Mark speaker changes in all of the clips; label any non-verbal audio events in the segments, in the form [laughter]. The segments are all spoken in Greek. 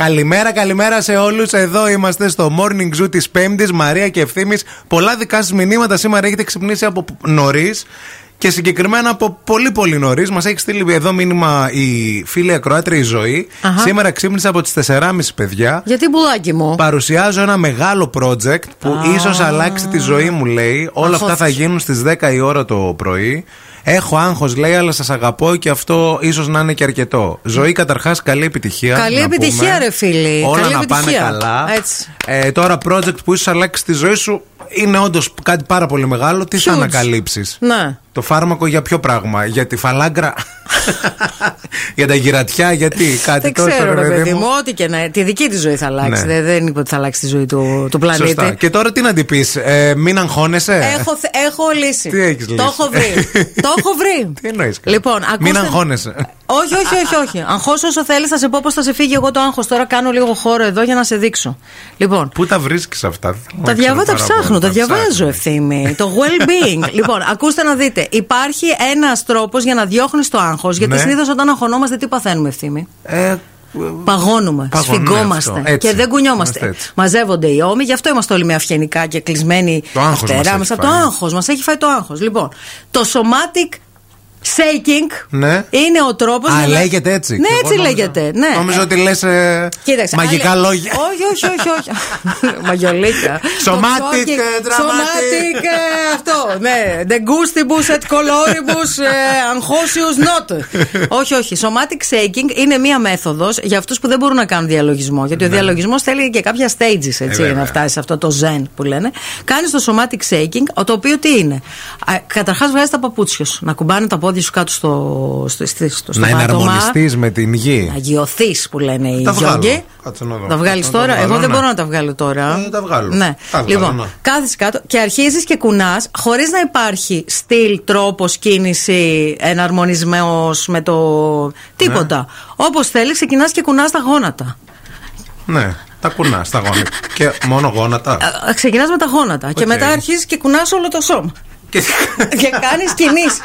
Speaker 1: Καλημέρα, καλημέρα σε όλους. Εδώ είμαστε στο morning zoo της Πέμπτης. Μαρία και ευθύνη. Πολλά δικά σας μηνύματα σήμερα έχετε ξυπνήσει από νωρίς. Και συγκεκριμένα από πολύ πολύ νωρίς, μας έχει στείλει εδώ μήνυμα η φίλη Ακροάτρια η Ζωή.
Speaker 2: Αχα.
Speaker 1: Σήμερα ξύπνησα από τις 4.30 παιδιά.
Speaker 2: Γιατί πουλάκι μου.
Speaker 1: Παρουσιάζω ένα μεγάλο project που
Speaker 2: Α.
Speaker 1: ίσως αλλάξει τη ζωή μου, λέει. Όλα αυτά θα
Speaker 2: Αγχώθηκε.
Speaker 1: γίνουν στις 10 η ώρα το πρωί. Έχω άγχος, λέει, αλλά σας αγαπώ και αυτό ίσως να είναι και αρκετό. Ζωή, καταρχάς, καλή επιτυχία.
Speaker 2: Καλή
Speaker 1: να
Speaker 2: επιτυχία,
Speaker 1: πούμε.
Speaker 2: ρε φίλη.
Speaker 1: Όλα
Speaker 2: Καλή
Speaker 1: να πάνε
Speaker 2: επιτυχία.
Speaker 1: καλά.
Speaker 2: Έτσι.
Speaker 1: Ε, τώρα, project που ίσω αλλάξει τη ζωή σου είναι όντως κάτι πάρα πολύ μεγάλο. Τι θα
Speaker 2: Huge.
Speaker 1: ανακαλύψεις.
Speaker 2: Ναι.
Speaker 1: Το φάρμακο για ποιο πράγμα, για τη
Speaker 2: [laughs]
Speaker 1: φαλάγκρα, για τα γυρατιά, γιατί κάτι
Speaker 2: Δεν
Speaker 1: τόσο
Speaker 2: ξέρω, ρε
Speaker 1: παιδί
Speaker 2: παιδί
Speaker 1: μου.
Speaker 2: μου, ό,τι και να. Τη δική τη ζωή θα αλλάξει.
Speaker 1: Ναι.
Speaker 2: Δεν, δεν είπε ότι θα αλλάξει τη ζωή του, του πλανήτη.
Speaker 1: Σωστά. Και τώρα τι να την πεις, Μην αγχώνεσαι.
Speaker 2: Έχω, θε- έχω λύση.
Speaker 1: Τι έχεις λύση?
Speaker 2: Το έχω βρει.
Speaker 1: [laughs]
Speaker 2: το έχω βρει.
Speaker 1: Τι εννοείς, καλά.
Speaker 2: Λοιπόν,
Speaker 1: Μην
Speaker 2: ακούστε...
Speaker 1: αγχώνεσαι.
Speaker 2: Όχι, όχι, όχι. όχι. Αγχώσαι όσο θέλεις, θα σε πω πώς θα σε φύγει εγώ το άγχος. Τώρα κάνω λίγο χώρο εδώ για να σε δείξω. Λοιπόν,
Speaker 1: Πού τα βρίσκεις αυτά, δεν θέλω να ξέρω
Speaker 2: Τα, διαβά, τα
Speaker 1: πάρα πολύ,
Speaker 2: ψάχνω, τα διαβάζω
Speaker 1: ψάχνω.
Speaker 2: ευθύμη. το
Speaker 1: [laughs]
Speaker 2: well-being. λοιπόν, ακούστε να δείτε. Υπάρχει ένας τρόπος για να διώχνεις το άγχος. Γιατί
Speaker 1: Ναι.
Speaker 2: συνήθως όταν αγχωνόμαστε, τι παθαίνουμε ευθύμη.
Speaker 1: Ε, ε,
Speaker 2: Παγώνουμε,
Speaker 1: Παγωνεί
Speaker 2: σφιγγόμαστε
Speaker 1: αυτό, έτσι.
Speaker 2: και δεν
Speaker 1: Είμαστε
Speaker 2: κουνιόμαστε.
Speaker 1: έτσι.
Speaker 2: Μαζεύονται οι ώμοι, γι' αυτό είμαστε όλοι με αυγενικά και κλεισμένοι
Speaker 1: Το άγχος
Speaker 2: τα
Speaker 1: μας
Speaker 2: φτερά μας
Speaker 1: έχει
Speaker 2: από το
Speaker 1: φάει.
Speaker 2: άγχος. Μας έχει φάει το άγχος. Λοιπόν, το somatic shaking
Speaker 1: Ναι.
Speaker 2: είναι ο τρόπος.
Speaker 1: Α, λέγεται έτσι.
Speaker 2: Ναι,
Speaker 1: Εγώ
Speaker 2: έτσι
Speaker 1: νόμιζα-
Speaker 2: λέγεται. Ναι.
Speaker 1: Νόμιζα ότι λες
Speaker 2: Κοίταξε,
Speaker 1: μαγικά
Speaker 2: άλλα-
Speaker 1: λόγια.
Speaker 2: Όχι, όχι, όχι.
Speaker 1: [laughs]
Speaker 2: όχι. Μαγιολίκα.
Speaker 1: Σωμάτικ,
Speaker 2: Το ψόκι-
Speaker 1: ε, dramatic.
Speaker 2: Σωμάτικ, ε, αυτό. Ναι. De gustibus et coloribus eh, anchosius not. όχι, όχι. Somatic shaking είναι μία μέθοδος για αυτούς που δεν μπορούν να κάνουν διαλογισμό. Γιατί ο διαλογισμός θέλει και κάποια stages έτσι,
Speaker 1: Ναι. Ε, βέβαια.
Speaker 2: να φτάσει σε αυτό το zen που λένε. Κάνεις το somatic shaking, το οποίο τι είναι. Καταρχάς βγάζεις τα παπούτσια σου. Να κουμπάνε τα πόδια σου κάτω στο, στο, στο, στο
Speaker 1: Να
Speaker 2: πάτωμα.
Speaker 1: εναρμονιστείς με την
Speaker 2: Να
Speaker 1: γη.
Speaker 2: αγιωθείς που λένε οι
Speaker 1: Τα βγάλω.
Speaker 2: γιόγκοι.
Speaker 1: Κάτσε να δω.
Speaker 2: Τα βγάλει
Speaker 1: Να τα
Speaker 2: τώρα.
Speaker 1: βγάλω,
Speaker 2: Εγώ δεν
Speaker 1: ναι.
Speaker 2: μπορώ να τα βγάλω τώρα.
Speaker 1: Ε, τα βγάλω.
Speaker 2: Ναι.
Speaker 1: Τα βγάλω,
Speaker 2: λοιπόν,
Speaker 1: ναι.
Speaker 2: κάθεσαι κάτω και αρχίζεις και κουνάς χωρίς να υπάρχει στυλ, τρόπο, κίνηση, εναρμονισμένο με το. τίποτα. Όπως θέλεις, ξεκινάς και κουνάς τα γόνατα.
Speaker 1: Ναι, τα κουνάς τα γόνατα. και μόνο γόνατα.
Speaker 2: Ξεκινά Ε, με τα γόνατα και
Speaker 1: Οκ.
Speaker 2: μετά αρχίζεις και κουνάς όλο το σώμα.
Speaker 1: και...
Speaker 2: [laughs] και κάνεις κινήσεις.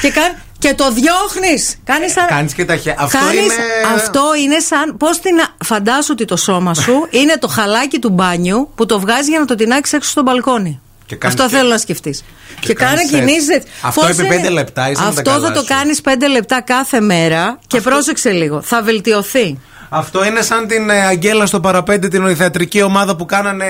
Speaker 2: και, κα... και το διώχνεις. Κάνεις σαν...
Speaker 1: Κάνεις και τα χέρια. Αυτό είναι-
Speaker 2: αυτό είναι σαν. Πώς την. α- Φαντάσου ότι το σώμα σου είναι το χαλάκι του μπάνιου που το βγάζει για να το τεινάξεις έξω στο μπαλκόνι.
Speaker 1: Και κάνεις
Speaker 2: αυτό
Speaker 1: και-
Speaker 2: θέλω να σκεφτείς. Και, κάνε
Speaker 1: κάνεις έτσι.
Speaker 2: κινήσει.
Speaker 1: Αυτό επί πέντε λεπτά, είσαι με τα
Speaker 2: Αυτό
Speaker 1: καλά
Speaker 2: θα το
Speaker 1: σου.
Speaker 2: κάνει 5 λεπτά κάθε μέρα και πρόσεξε λίγο. Θα βελτιωθεί.
Speaker 1: Αυτό είναι σαν την ε, Αγγέλα στο παραπέντε, την θεατρική ομάδα που κάνανε.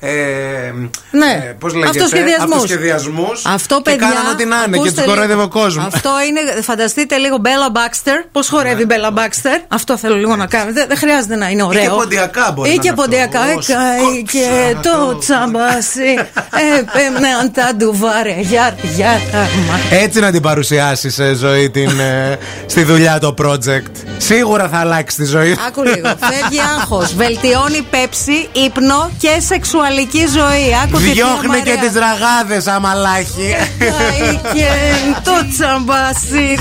Speaker 1: Ε, ε,
Speaker 2: Ναι.
Speaker 1: ε, πώς λέγεται,
Speaker 2: Αυτοσχεδιασμούς.
Speaker 1: αυτοσχεδιασμούς
Speaker 2: Αυτό
Speaker 1: και
Speaker 2: παιδιά.
Speaker 1: κάνανε ό,τι να είναι και
Speaker 2: ακούστε
Speaker 1: του κοροϊδεύε ο
Speaker 2: λίγο.
Speaker 1: κόσμο.
Speaker 2: Αυτό είναι, φανταστείτε λίγο Μπέλα Μπάξτερ. Πώς χορεύει
Speaker 1: Ναι.
Speaker 2: η Μπέλα Μπάξτερ. Αυτό θέλω λίγο να κάνετε. Δεν χρειάζεται να είναι ωραίο.
Speaker 1: ποντιακά μπορεί
Speaker 2: Ή
Speaker 1: να
Speaker 2: και
Speaker 1: είναι αυτό.
Speaker 2: ποντιακά.
Speaker 1: Ω,
Speaker 2: Έκαει
Speaker 1: σκόψα
Speaker 2: και
Speaker 1: το-
Speaker 2: το τσαμπάσι. Ε, Επέμνεαν τα ντουβάρε. Γιάρ, γιάρ. αμά.
Speaker 1: Έτσι να την παρουσιάσεις σε ζωή την, ε, στη δουλειά το project. Σίγουρα θα αλλάξει τη ζωή.
Speaker 2: Άκου λίγο.
Speaker 1: [laughs]
Speaker 2: Φεύγει άγχος. Βελτιώνει πέψη, ύπνο και σεξουαλική ζωή. Άκου τι
Speaker 1: Διώχνε και
Speaker 2: τρομαρέα.
Speaker 1: τις ραγάδες, αμαλάχη. [laughs]
Speaker 2: Έκαει και το τσαμπάσι.